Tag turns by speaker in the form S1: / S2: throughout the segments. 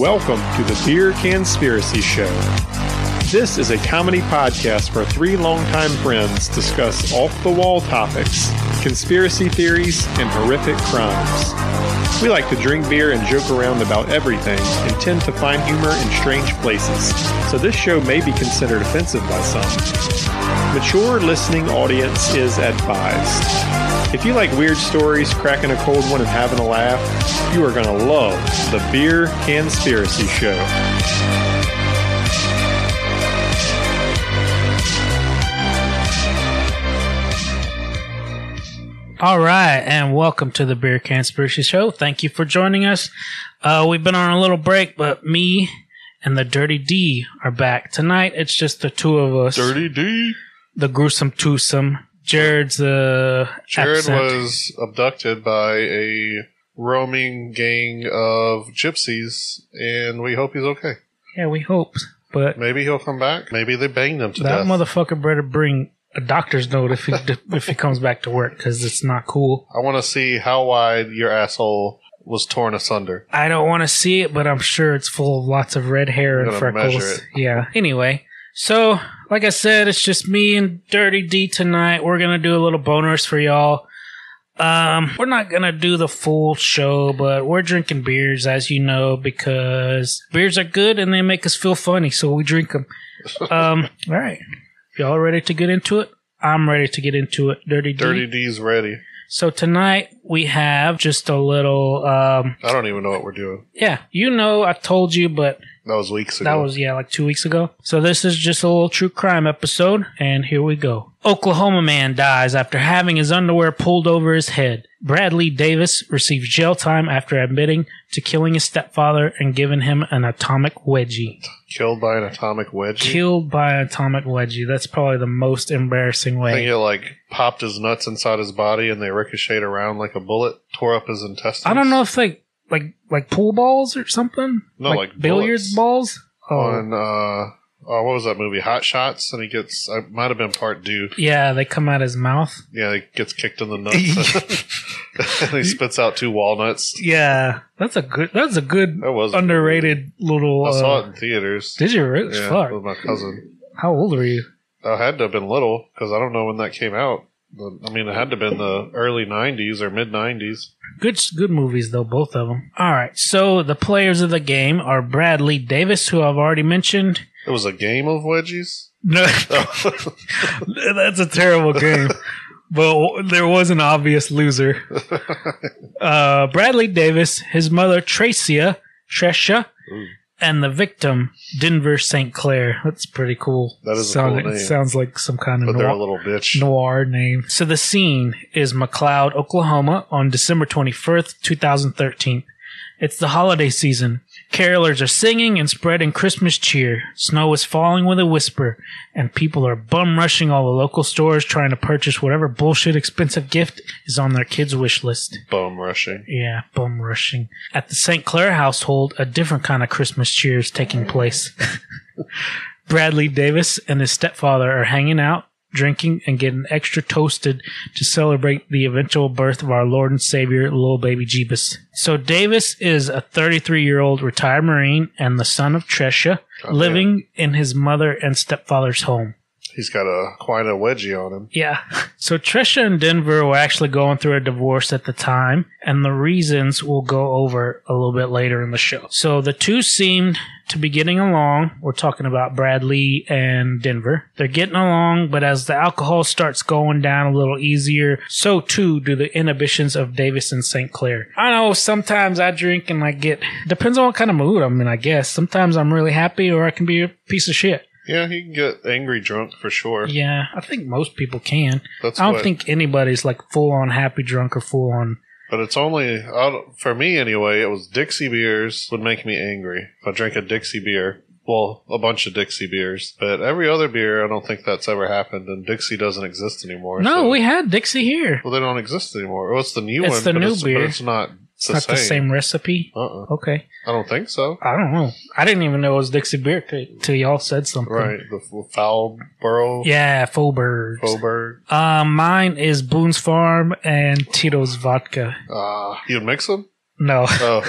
S1: Welcome to the Beer Conspiracy Show. This is a comedy podcast where three longtime friends discuss off the wall topics, conspiracy theories, and horrific crimes. We like to drink beer and joke around about everything and tend to find humor in strange places, so this show may be considered offensive by some. Mature listening audience is advised. If you like weird stories, cracking a cold one, and having a laugh, you are going to love the Beer Conspiracy Show.
S2: All right, and welcome to the Beer Conspiracy Show. Thank you for joining us. Uh, we've been on a little break, but me and the Dirty D are back tonight. It's just the two of us.
S3: Dirty D,
S2: the gruesome twosome. Jared's uh,
S3: Jared
S2: absent.
S3: was abducted by a roaming gang of gypsies, and we hope he's okay.
S2: yeah, we hoped, but
S3: Maybe he'll come back. Maybe they banged him to
S2: that
S3: death.
S2: motherfucker better bring a doctor's note if he if he comes back to work because it's not cool.
S3: I want to see how wide your asshole was torn asunder.
S2: I don't want to see it, but I'm sure it's full of lots of red hair
S3: I'm
S2: and
S3: gonna measure
S2: freckles.
S3: it.
S2: Yeah. Anyway, so like I said, it's just me and Dirty D tonight. We're gonna do a little bonus for y'all. Um, we're not gonna do the full show, but we're drinking beers, as you know, because beers are good and they make us feel funny, so we drink them. Um, all right, y'all ready to get into it? I'm ready to get into it, Dirty D.
S3: Dirty D's ready.
S2: So tonight we have just a little. Um,
S3: I don't even know what we're doing.
S2: yeah, you know, I told you, but
S3: That was weeks ago.
S2: that was, yeah, like two weeks ago. So this is just a little true crime episode, and here we go. Oklahoma man dies after having his underwear pulled over his head. Bradley Davis receives jail time after admitting to killing his stepfather and giving him an atomic wedgie.
S3: killed by an atomic wedge.
S2: Killed by an atomic wedgie. That's probably the most embarrassing
S3: I
S2: way.
S3: think it like popped his nuts inside his body, and they ricocheted around like a bullet, tore up his intestines.
S2: I don't know if like like like pool balls or something.
S3: No, like
S2: billiards balls. Oh,
S3: on uh, oh, what was that movie? Hot Shots, and he gets. I might have been part due.
S2: yeah, they come out his mouth.
S3: Yeah, he gets kicked in the nuts. and he spits out two walnuts.
S2: Yeah, that's a good. That's a good
S3: That was
S2: underrated little.
S3: I saw it
S2: uh,
S3: in theaters.
S2: Did you really?
S3: Yeah,
S2: Fuck.
S3: with my cousin.
S2: How old were you?
S3: I had to have been little because I don't know when that came out. The- I mean, it had to have been the early '90s or mid '90s.
S2: Good, good movies though, both of them. All right. So the players of the game are Bradley Davis, who I've already mentioned.
S3: It was a game of wedgies.
S2: No, that's a terrible game. But there was an obvious loser. Uh, Bradley Davis, his mother Tracia, Tresha,
S3: Ooh.
S2: and the victim Denver St. Clair. That's pretty cool.
S3: That is a
S2: Sound-
S3: cool
S2: It
S3: name.
S2: sounds like some kind of
S3: but they're
S2: noir,
S3: a little bitch.
S2: noir name. So the scene is McLeod, Oklahoma, on December twenty first, two thousand thirteen. It's the holiday season. Carolers are singing and spreading Christmas cheer. Snow is falling with a whisper, and people are bum rushing all the local stores trying to purchase whatever bullshit expensive gift is on their kids' wish list.
S3: Bum rushing.
S2: Yeah, bum rushing. At the St. Clair household, a different kind of Christmas cheer is taking place. Bradley Davis and his stepfather are hanging out, drinking, and getting extra toasted to celebrate the eventual birth of our Lord and Savior, little baby Jeebus. So Davis is a 33-year-old retired Marine and the son of Tresha,
S3: Goddamn.
S2: living in his mother and stepfather's home.
S3: He's got a quite a wedgie on him.
S2: Yeah. So Trisha and Denver were actually going through a divorce at the time, and the reasons we'll go over a little bit later in the show. So the two seemed to be getting along. We're talking about Bradley and Denver. They're getting along, but as the alcohol starts going down a little easier, so too do the inhibitions of Davis and St. Clair. I know sometimes I drink and I get, depends on what kind of mood I'm in, I guess. Sometimes I'm really happy or I can be a piece of shit.
S3: Yeah, he can get angry drunk for sure.
S2: Yeah, I think most people can.
S3: That's
S2: I don't
S3: what-
S2: think anybody's like full on happy drunk or full on.
S3: But it's only I don't- for me anyway. It was Dixie beers would make me angry. If I drank a Dixie beer, well, a bunch of Dixie beers. But every other beer, I don't think that's ever happened. And Dixie doesn't exist anymore.
S2: No,
S3: so-
S2: we had Dixie here.
S3: well, they don't exist anymore. Well, it's the new
S2: It's
S3: one.
S2: the
S3: but
S2: new
S3: it's, but
S2: beer.
S3: it's not. It's
S2: It's not the same recipe.
S3: Uh-uh.
S2: Okay,
S3: I don't think so.
S2: I don't know. I didn't even know it was Dixie beer t- till y'all said something.
S3: Right, the f- Foulborough,
S2: Yeah, Faubourg.
S3: Faubourg.
S2: Uh, mine is Boone's Farm and Tito's Vodka.
S3: Uh, you'd mix them?
S2: No,
S3: Oh,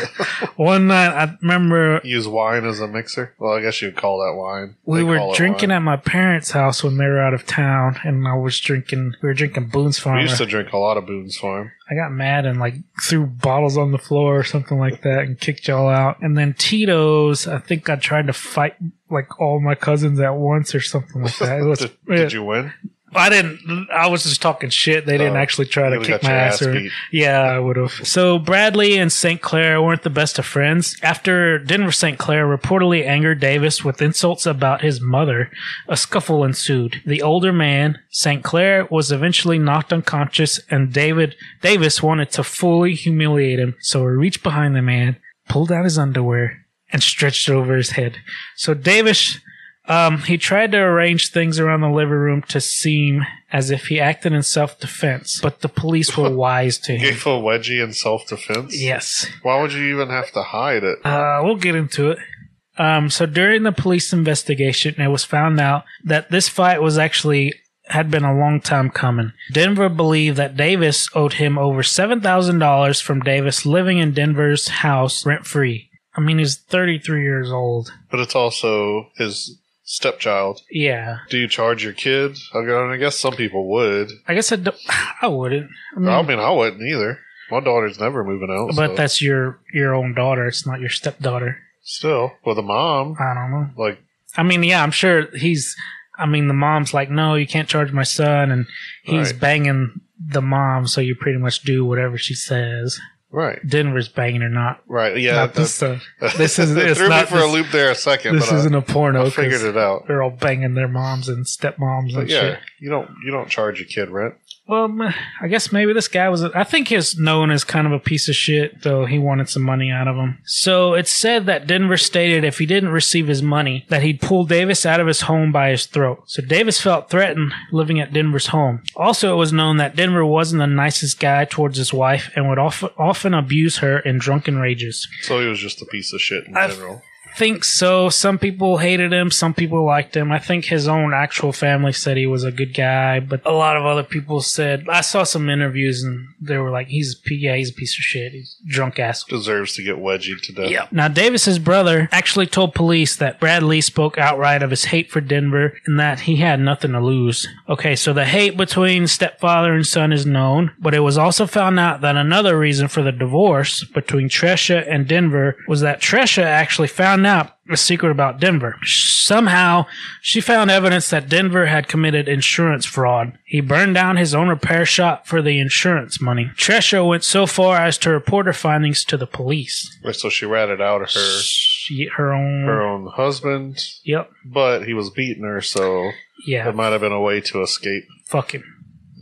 S2: one night I remember
S3: use wine as a mixer. Well, I guess you'd call that wine.
S2: we
S3: They
S2: were
S3: call it
S2: drinking
S3: wine.
S2: at my parents' house when they were out of town, and I was drinking. We were drinking Boone's Farm.
S3: We used to drink a lot of Boone's Farm.
S2: I got mad and like threw bottles on the floor or something like that and kicked y'all out. And then Tito's, I think I tried to fight like all my cousins at once or something like that. It was,
S3: did,
S2: it-
S3: did you win?
S2: I didn't. I was just talking shit. They didn't
S3: Oh,
S2: actually try to
S3: You'd
S2: kick
S3: have got
S2: my
S3: your
S2: ass, or
S3: beat.
S2: yeah, I would have. So Bradley and St. Clair weren't the best of friends. After Denver St. Clair reportedly angered Davis with insults about his mother, a scuffle ensued. The older man, St. Clair, was eventually knocked unconscious, and David Davis wanted to fully humiliate him. So he reached behind the man, pulled out his underwear, and stretched it over his head. So Davis um, he tried to arrange things around the living room to seem as if he acted in self defense, but the police were wise to him.
S3: Gave a wedgie in self defense.
S2: Yes.
S3: Why would you even have to hide it?
S2: Uh, we'll get into it. Um, so during the police investigation, it was found out that this fight was actually had been a long time coming. Denver believed that Davis owed him over seven thousand dollars from Davis living in Denver's house rent free. I mean, he's thirty three years old.
S3: But it's also his stepchild.
S2: Yeah,
S3: Do you charge your kid? I mean, I guess some people would.
S2: I guess I, don't- I wouldn't. I mean,
S3: I mean, I wouldn't either. My daughter's never moving out.
S2: Hmm. But
S3: so.
S2: that's your your own daughter. It's not your stepdaughter.
S3: still with a mom,
S2: I don't know.
S3: like
S2: I mean, yeah, I'm sure he's. I mean, the mom's like, no, you can't charge my son, and he's
S3: Right.
S2: banging the mom, so you pretty much do whatever she says.
S3: right,
S2: Denver's banging or not.
S3: right, yeah.
S2: not this stuff. This is
S3: it
S2: it's
S3: threw
S2: not
S3: me for a
S2: this,
S3: loop there a second,
S2: this
S3: but
S2: isn't
S3: I,
S2: a porno.
S3: I figured
S2: 'cause
S3: it out.
S2: They're all banging their moms and stepmoms
S3: But
S2: and
S3: yeah,
S2: shit.
S3: you don't you don't charge your kid rent.
S2: Well, m- I guess maybe this guy was. I think he's known as kind of a piece of shit, though he wanted some money out of him. So it's said that Denver stated if he didn't receive his money, that he'd pull Davis out of his home by his throat. So Davis felt threatened living at Denver's home. Also, it was known that Denver wasn't the nicest guy towards his wife and would often, often abuse her in drunken rages.
S3: So he was just a piece of shit in
S2: I-
S3: general.
S2: Think so. Some people hated him. Some people liked him. I think his own actual family said he was a good guy, but a lot of other people said. I saw some interviews and they were like, "He's a p- yeah, he's a piece of shit. He's a drunk asshole."
S3: Deserves to get wedgied to death.
S2: Yep. Now, Davis's brother actually told police that Brad Lee spoke outright of his hate for Denver and that he had nothing to lose. Okay, so the hate between stepfather and son is known, but it was also found out that another reason for the divorce between Tresha and Denver was that Tresha actually found out a secret about Denver. Somehow, she found evidence that Denver had committed insurance fraud. He burned down his own repair shop for the insurance money. Tresha went so far as to report her findings to the police
S3: So she ratted out her
S2: she, her own.
S3: her own husband,
S2: Yep.
S3: but he was beating her, so
S2: Yeah.
S3: it might have been a way to escape
S2: fuck him.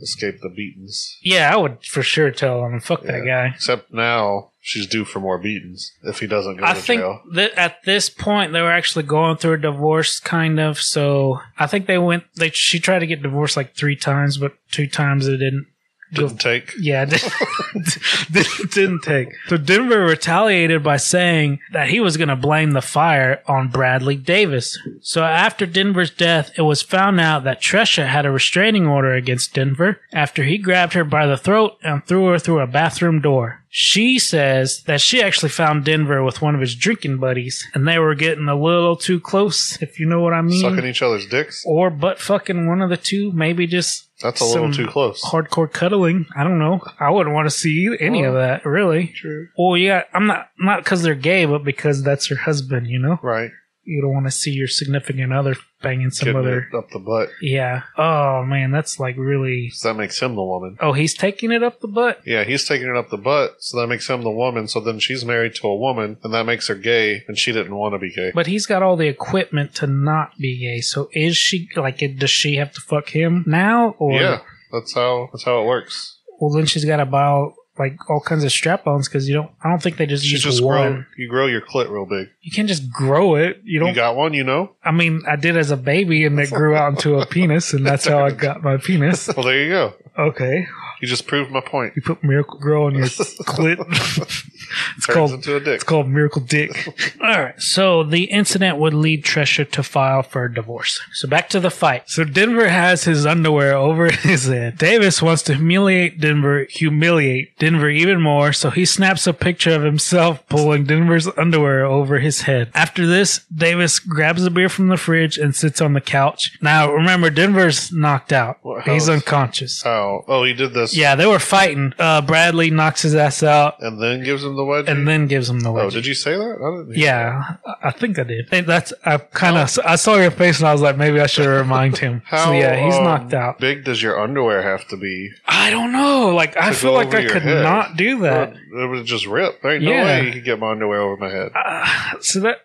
S3: escape the beatings.
S2: Yeah, I would for sure tell him. Fuck that guy.
S3: Except now she's due for more beatings if he doesn't go
S2: I
S3: to
S2: think
S3: jail.
S2: that at this point they were actually going through a divorce, kind of. So I think they went. They she tried to get divorced like three times, but two times it didn't. go-
S3: Didn't take.
S2: Yeah, it didn't, didn't take. So Denver retaliated by saying that he was going to blame the fire on Bradley Davis. So after Denver's death, it was found out that Tresha had a restraining order against Denver after he grabbed her by the throat and threw her through a bathroom door. She says that she actually found Denver with one of his drinking buddies and they were getting a little too close, if you know what I mean.
S3: Sucking each other's dicks?
S2: or butt fucking one of the two, maybe just
S3: That's a little
S2: some-
S3: too close.
S2: hardcore cuddling. I don't know. I wouldn't want to see any of that, really.
S3: True.
S2: Well, yeah, I'm not not because they're gay, but because that's your husband. You know,
S3: Right.
S2: you don't want to see your significant other banging some
S3: Getting
S2: other.
S3: it up the butt.
S2: Yeah. Oh man, that's like really.
S3: 'Cause that makes him the woman.
S2: Oh, he's taking it up the butt.
S3: Yeah, he's taking it up the butt, so that makes him the woman. So then she's married to a woman, and that makes her gay, and she didn't want to be gay.
S2: But he's got all the equipment to not be gay. So is she like? Does she have to fuck him now? Or
S3: yeah, that's how that's how it works.
S2: well, then she's got to buy all, like all kinds of strap-ons because you don't. I don't think they just
S3: You
S2: use
S3: just
S2: one.
S3: grow you grow your clit real big.
S2: You can't just grow it. You don't
S3: You got one, you know?
S2: I mean, I did as a baby, and it grew out into a penis, and that's how I got my penis.
S3: Well there you go.
S2: Okay,
S3: You just proved my point.
S2: you put Miracle Grow on your clit. It's
S3: turns
S2: called
S3: into a dick.
S2: it's called Miracle Dick. All right. So the incident would lead Tresha to file for a divorce. So back to the fight. So Denver has his underwear over his head. Davis wants to humiliate Denver, humiliate Denver even more. So he snaps a picture of himself pulling Denver's underwear over his head. After this, Davis grabs a beer from the fridge and sits on the couch. Now remember, Denver's knocked out.
S3: What
S2: He's
S3: else?
S2: unconscious.
S3: How? Oh, he did this.
S2: Yeah, they were fighting. Uh, Bradley knocks his ass out
S3: And then gives him the wedgie.
S2: and then gives him the
S3: oh,
S2: wedgie.
S3: did you say that? I didn't hear that.
S2: Yeah, I- I think I did. Hey, That's I kind of I saw your face and I was like, maybe I should remind him.
S3: How?
S2: so yeah, he's
S3: um,
S2: knocked out.
S3: Big does your underwear have to be?
S2: I don't know. Like I
S3: To
S2: feel
S3: go
S2: like
S3: over
S2: I
S3: your
S2: could
S3: head.
S2: not do that.
S3: It would just rip. There ain't
S2: Yeah.
S3: no way you could get my underwear over my head.
S2: Uh, so that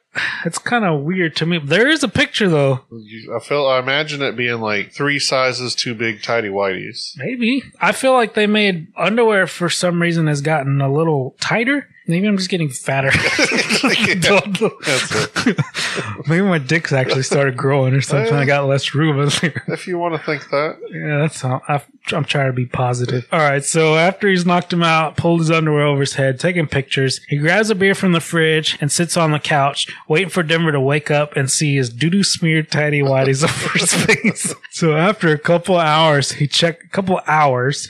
S2: it's kind of weird to me. There is a picture though.
S3: You- I feel. I imagine it being like three sizes too big, tidy whities.
S2: Maybe I feel like they made underwear for some reason has gotten a little tighter. Maybe I'm just getting fatter. Don't know.
S3: That's
S2: Maybe my dick's actually started growing or something.
S3: Uh,
S2: I got less room in there.
S3: If you want to think that,
S2: Yeah, that's all. I've, I'm trying to be positive. All right, so after he's knocked him out, pulled his underwear over his head, taking pictures, he grabs a beer from the fridge and sits on the couch, waiting for Denver to wake up and see his doo doo smeared tidy whities over his face. So after a couple hours, he checked a couple hours.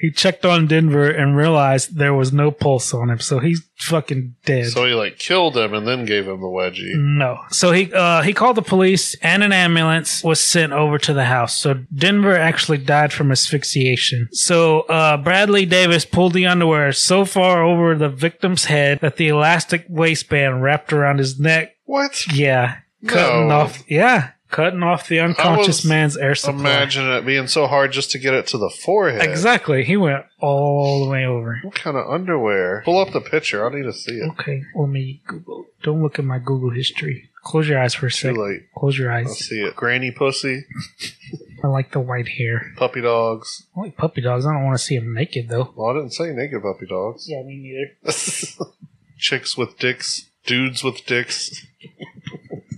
S2: He checked on Denver and realized there was no pulse on him, so he's fucking dead.
S3: so he like killed him and then gave him the wedgie.
S2: No. So he uh, he called the police, and an ambulance was sent over to the house. So Denver actually died from asphyxiation. So uh, Bradley Davis pulled the underwear so far over the victim's head that the elastic waistband wrapped around his neck.
S3: What?
S2: Yeah, cutting
S3: No.
S2: off. Yeah, cutting off the unconscious
S3: was-
S2: man's air supply.
S3: Imagine it being so hard just to get it to the forehead.
S2: Exactly. He went all the way over.
S3: What kind of underwear? Pull up the picture. I need to see it.
S2: Okay, let me Google. Don't look at my Google history. Close your eyes for a
S3: Too
S2: second.
S3: late.
S2: Close your
S3: I'll
S2: eyes.
S3: see it. Granny pussy,
S2: I like the white hair.
S3: puppy dogs.
S2: I like puppy dogs. I don't want to see them naked though.
S3: Well, I didn't say naked puppy dogs.
S2: Yeah, me neither.
S3: Chicks with dicks, dudes with dicks.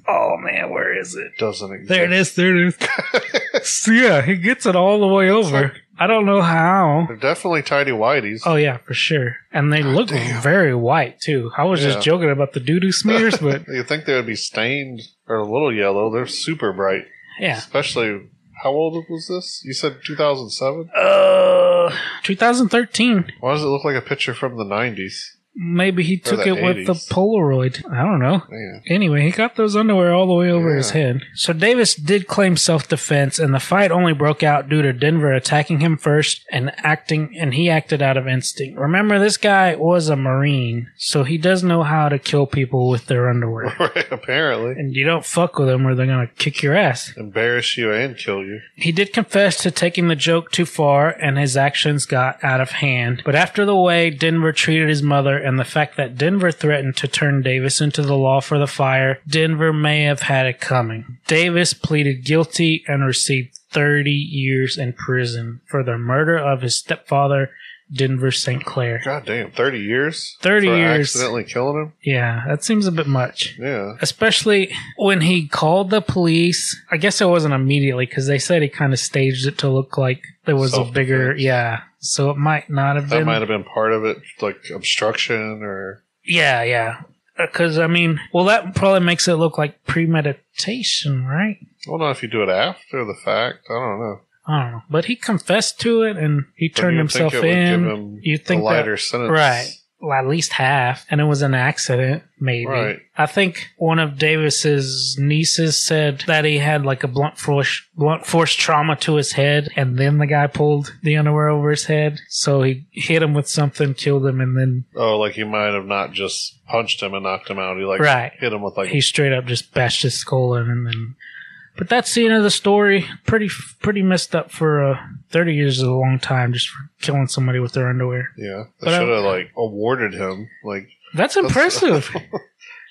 S2: Oh man, where is it?
S3: Doesn't exist.
S2: There it is. There it is. So, yeah, he gets it all the way over. I don't know how.
S3: They're definitely tidy whities.
S2: Oh yeah, for sure. And they look
S3: damn.
S2: very white too. I was
S3: Yeah.
S2: just joking about the doo doo smears, but
S3: you think they would be stained or a little yellow. They're super bright.
S2: yeah.
S3: Especially, how old was this? You said 2007?
S2: Uh, 2013.
S3: Why does it look like a picture from the 90s?
S2: Maybe he
S3: Or
S2: took
S3: the
S2: it with the
S3: 80s.
S2: Polaroid. I don't know.
S3: Man.
S2: Anyway, he got those underwear all the way over
S3: Yeah.
S2: his head. So Davis did claim self-defense, and the fight only broke out due to Denver attacking him first and acting, and he acted out of instinct. Remember, this guy was a Marine, so he does know how to kill people with their underwear.
S3: Right, apparently.
S2: And you don't fuck with them, or they're gonna kick your ass.
S3: Embarrass you and kill you.
S2: He did confess to taking the joke too far, and his actions got out of hand. But after the way Denver treated his mother and the fact that Denver threatened to turn Davis into the law for the fire, Denver may have had it coming. Davis pleaded guilty and received 30 years in prison for the murder of his stepfather, Denver St. Clair.
S3: God damn, 30 years?
S2: 30
S3: for
S2: years.
S3: accidentally killing him?
S2: Yeah, that seems a bit much.
S3: Yeah.
S2: especially when he called the police. I guess it wasn't immediately because they said he kind of staged it to look like there was a bigger,
S3: Self-defense.
S2: yeah. So it might not have
S3: That
S2: been.
S3: might have been part of it, like obstruction or.
S2: yeah, yeah. Because I mean, well, that probably makes it look like premeditation, right?
S3: I don't know if you do it after the fact. I don't know.
S2: I don't know. But he confessed to it and he
S3: But
S2: turned
S3: you would think
S2: himself
S3: it would give
S2: in.
S3: him
S2: you think
S3: a
S2: that-
S3: lighter sentence.
S2: Right. Well, at least half. And it was an accident, maybe.
S3: Right.
S2: I think one of Davis's nieces said that he had like a blunt force blunt force trauma to his head and then the guy pulled the underwear over his head. So he hit him with something, killed him, and then
S3: Oh, like you might have not just punched him and knocked him out. He like
S2: Right.
S3: hit him with like
S2: he straight up just bashed his skull in and then but that's the end of the story. Pretty pretty messed up for uh, thirty years is a long time just for killing somebody with their underwear.
S3: yeah. They
S2: But I-
S3: should have like awarded him like
S2: That's impressive.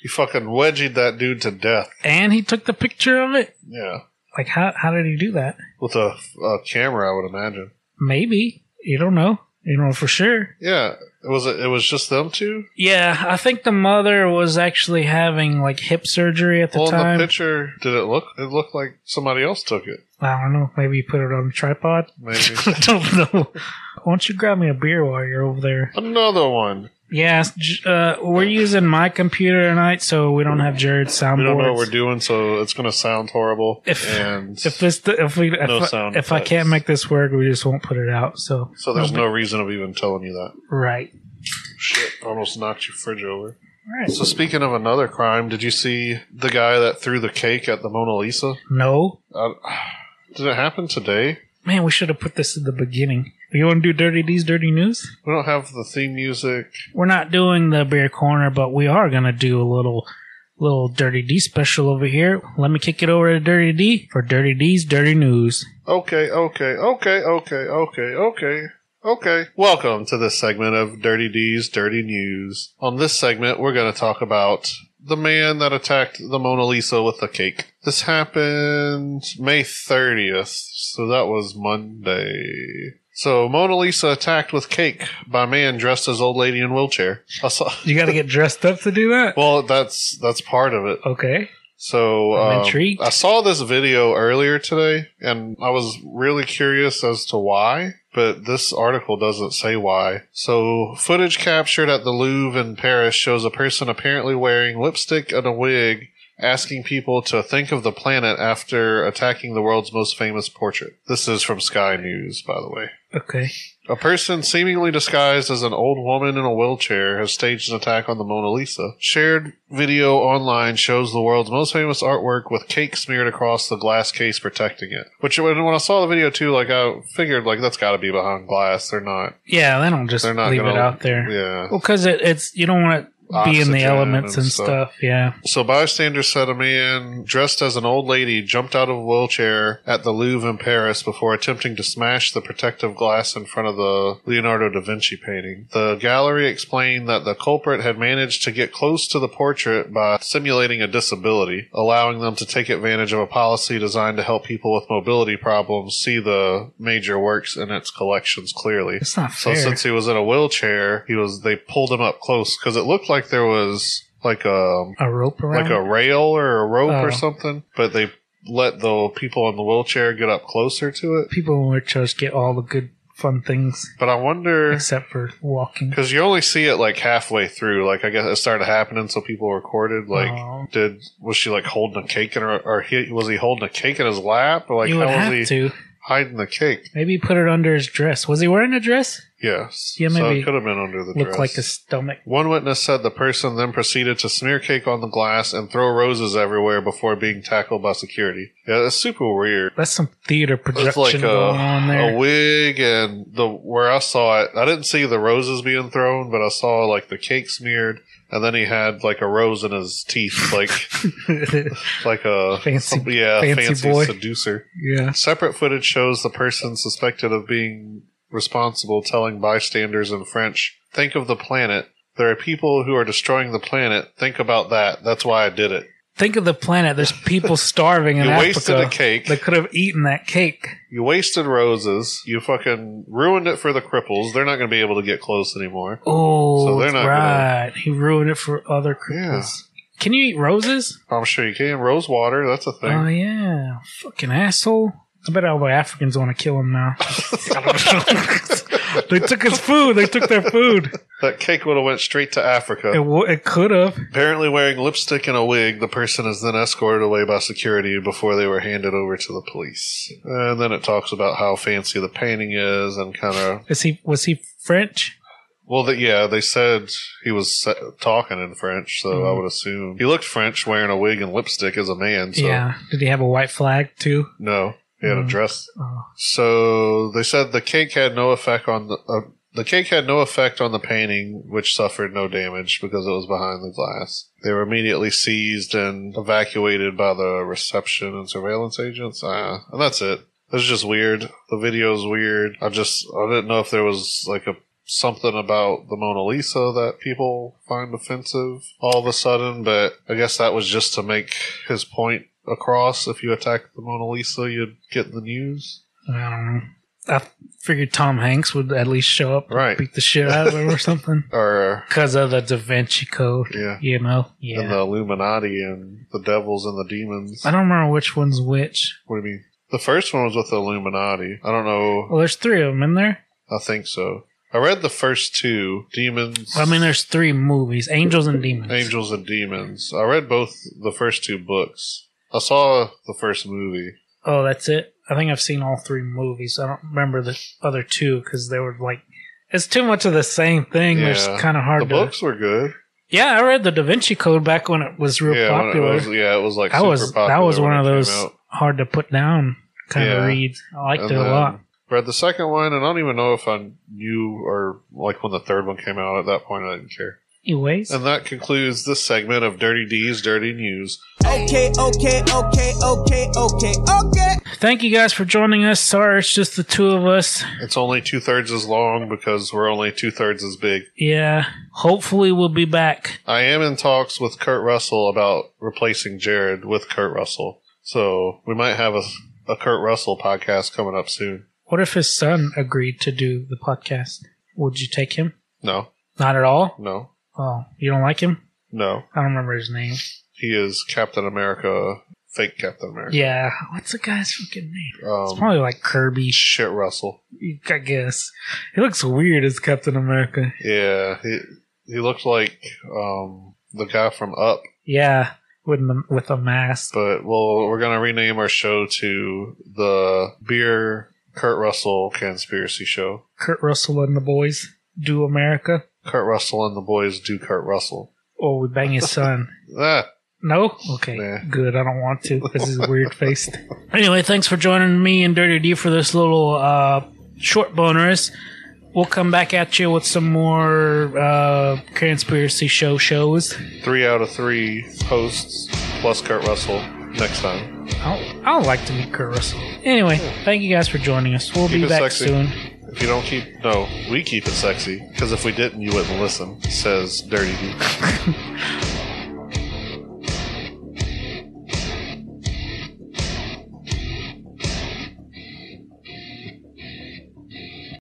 S3: you fucking wedgied that dude to death.
S2: and he took the picture of it.
S3: Yeah,
S2: Like how how did he do that?
S3: with a, a camera, I would imagine.
S2: Maybe. You don't know. You don't know for sure.
S3: Yeah, it was it was just them two.
S2: Yeah, I think the mother was actually having like hip surgery at the
S3: well, in
S2: time.
S3: the picture, did it look? It looked like somebody else took it.
S2: I don't know. Maybe you put it on a tripod.
S3: Maybe
S2: I don't know. Why don't you grab me a beer while you're over there?
S3: another one.
S2: Yeah, J- uh, we're using my computer tonight, so we don't have Jared's soundboard.
S3: We don't know what we're doing, so it's going to sound horrible.
S2: If-
S3: and
S2: If this, if we, if,
S3: No
S2: I-
S3: sound
S2: if I
S3: effects.
S2: can't make this work, we just won't put it out. So,
S3: so there's no reason of even telling you that.
S2: right,
S3: Shit, almost knocked your fridge over.
S2: right.
S3: So speaking of another crime, did you see the guy that threw the cake at the Mona Lisa?
S2: No,
S3: Uh, did it happen today?
S2: man, we should have put this at the beginning. You want to do dirty D's dirty news?
S3: We don't have the theme music.
S2: We're not doing the beer corner, but we are gonna do a little, little dirty D special over here. Let me kick it over to Dirty D for Dirty D's dirty news.
S3: Okay, okay, okay, okay, okay, okay, okay. Welcome to this segment of Dirty D's Dirty News. On this segment, we're going to talk about the man that attacked the Mona Lisa with a cake. This happened May 30th, so that was Monday. So, Mona Lisa attacked with cake by man dressed as old lady in wheelchair. I saw-
S2: You got to get dressed up to do that.
S3: well, that's that's part of it.
S2: Okay,
S3: So
S2: I'm
S3: um,
S2: intrigued.
S3: I saw this video earlier today, and I was really curious as to why, but this article doesn't say why. So, footage captured at the Louvre in Paris shows a person apparently wearing lipstick and a wig. Asking people to think of the planet after attacking the world's most famous portrait. This is from Sky News, by the way.
S2: okay.
S3: A person seemingly disguised as an old woman in a wheelchair has staged an attack on the Mona Lisa. Shared video online shows the world's most famous artwork with cake smeared across the glass case protecting it. Which, when when I saw the video too, like I figured, like that's got to be behind glass. They're not.
S2: Yeah, they don't just
S3: They're not
S2: leave
S3: gonna-
S2: it out there.
S3: Yeah.
S2: Well, because it, it's you don't want to be in
S3: Oxygen
S2: the elements
S3: and
S2: and,
S3: stuff.
S2: stuff. Yeah.
S3: So bystanders said a man dressed as an old lady jumped out of a wheelchair at the Louvre in Paris before attempting to smash the protective glass in front of the Leonardo da Vinci painting. The gallery explained that the culprit had managed to get close to the portrait by simulating a disability, allowing them to take advantage of a policy designed to help people with mobility problems see the major works in its collections clearly.
S2: It's not
S3: So
S2: fair.
S3: since he was in a wheelchair, he was they pulled him up close because it looked like there was like um, a
S2: a rope around.
S3: like a rail or a rope or
S2: Oh.
S3: something, but they let the people in the wheelchair get up closer to it.
S2: People in wheelchairs get all the good fun things
S3: But I wonder
S2: except for walking.
S3: because you only see it like halfway through. Like I guess it started happening, so people recorded. Like,
S2: Oh.
S3: did was she like holding a cake in her, or he, was he holding a cake in his lap? Or like
S2: you would
S3: how
S2: have
S3: was he
S2: to.
S3: hiding the cake?
S2: Maybe put it under his dress. Was he wearing a dress?
S3: Yes.
S2: Yeah,
S3: So it
S2: maybe
S3: could have been under the
S2: Looked
S3: dress.
S2: like his stomach.
S3: One witness said the person then proceeded to smear cake on the glass and throw roses everywhere before being tackled by security. Yeah, that's super weird.
S2: That's some theater
S3: It's
S2: production
S3: like a,
S2: going on
S3: a
S2: there.
S3: wig and the where I saw it, I didn't see the roses being thrown, but I saw like the cake smeared, and then he had like a rose in his teeth, like like a
S2: Fancy-
S3: some- yeah, fancy,
S2: fancy boy.
S3: seducer.
S2: yeah.
S3: Separate footage shows the person suspected of being responsible telling bystanders in French, "Think of the planet. There are people who are destroying the planet. Think about that. That's why I did it.
S2: Think of the planet. There's people starving in
S3: You
S2: Africa.
S3: wasted a cake.
S2: They could have eaten that cake.
S3: You wasted roses. You fucking ruined it for the cripples. They're not going to be able to get close anymore."
S2: Oh,
S3: So they're not
S2: right. He ruined it for other
S3: Yeah.
S2: cripples. Can you eat roses?
S3: I'm sure you can. Rose water, that's a thing.
S2: Oh yeah, fucking asshole! I bet all the Africans want to kill him now. they took his food. They took their food.
S3: that cake would have went straight to
S2: It,
S3: Africa.
S2: w- it could have.
S3: Apparently wearing lipstick and a wig, the person is then escorted away by security before they were handed over to the police. And then it talks about how fancy the painting is and kind of
S2: Is he? Was he French?
S3: well, the, yeah, they said he was se- talking in French, so
S2: Mm-hmm.
S3: I would assume he looked French, wearing a wig and lipstick as a man. So
S2: Yeah. Did he have a white flag too?
S3: no, he had a
S2: Mm.
S3: dress.
S2: Oh.
S3: So they said the cake had no effect on the uh, the cake had no effect on the painting, which suffered no damage because it was behind the glass. They were immediately seized and evacuated by the reception and surveillance agents. Uh, and that's it. It's just weird. The video's weird. I just I didn't know if there was like a something about the Mona Lisa that people find offensive all of a sudden, but I guess that was just to make his point across. If you attack the Mona Lisa, you'd get in the news.
S2: I don't know. Um, I figured Tom Hanks would at least show up, and
S3: Right.
S2: beat the shit out of him or something,
S3: or
S2: because of the Da Vinci Code.
S3: yeah,
S2: You know. Yeah.
S3: and the Illuminati and the devils and the demons.
S2: I don't remember which one's which.
S3: What do you mean? The first one was with the Illuminati. I don't know.
S2: Well, there's three of them in there.
S3: I think so. I read the first two, Demons.
S2: I mean, there's three movies: Angels and Demons.
S3: Angels and Demons. I read both the first two books. I saw the first movie.
S2: Oh, that's it. I think I've seen all three movies. I don't remember the other two because they were like, it's too much of the same thing. It's
S3: Yeah.
S2: kind of hard
S3: the
S2: to.
S3: books were good.
S2: Yeah, I read the Da Vinci Code back when it was real
S3: yeah, when
S2: popular.
S3: It was, yeah, it was like
S2: that
S3: super
S2: was
S3: popular.
S2: that was
S3: when
S2: one of
S3: it came
S2: those
S3: out.
S2: hard to put down kind
S3: Yeah.
S2: of reads. I liked
S3: And
S2: it a
S3: then
S2: lot.
S3: Read the second one, and I don't even know if I knew or like when the third one came out. At that point, I didn't care.
S2: Anyways,
S3: And that concludes this segment of Dirty D's Dirty News.
S4: Okay, okay, okay, okay, okay, okay.
S2: thank you guys for joining us. Sorry, it's just the two of us.
S3: It's only two thirds as long because we're only two thirds as big.
S2: Yeah, hopefully we'll be back.
S3: I am in talks with Kurt Russell about replacing Jared with Kurt Russell. So we might have a, a Kurt Russell podcast coming up soon.
S2: What if his son agreed to do the podcast? Would you take him?
S3: No,
S2: Not at all.
S3: no,
S2: Oh, you don't like him?
S3: no.
S2: I don't remember his name.
S3: He is Captain America, fake Captain America.
S2: Yeah, what's the guy's fucking name? It's
S3: Um,
S2: probably like Kirby,
S3: shit, Russell.
S2: I guess. He looks weird as Captain America.
S3: Yeah, he he looked like um, the guy from Up,
S2: Yeah, with the, with a mask.
S3: but well, we're gonna rename our show to the Beer Kurt Russell Conspiracy Show.
S2: Kurt Russell and the boys do America.
S3: Kurt Russell and the boys do Kurt Russell.
S2: Or Oh, we bang his son.
S3: Ah,
S2: No? Okay.
S3: Nah.
S2: Good. I don't want to because he's weird faced. Anyway, thanks for joining me and Dirty D for this little uh, short bonus. We'll come back at you with some more uh, conspiracy show shows.
S3: three out of three hosts plus Kurt Russell next time.
S2: I'll, I'll like to meet Kurt Russell. Anyway, thank you guys for joining us. We'll
S3: Keep
S2: be
S3: it
S2: back
S3: sexy.
S2: soon.
S3: If you don't keep no, we keep it sexy because if we didn't, you wouldn't listen. Says Dirty D.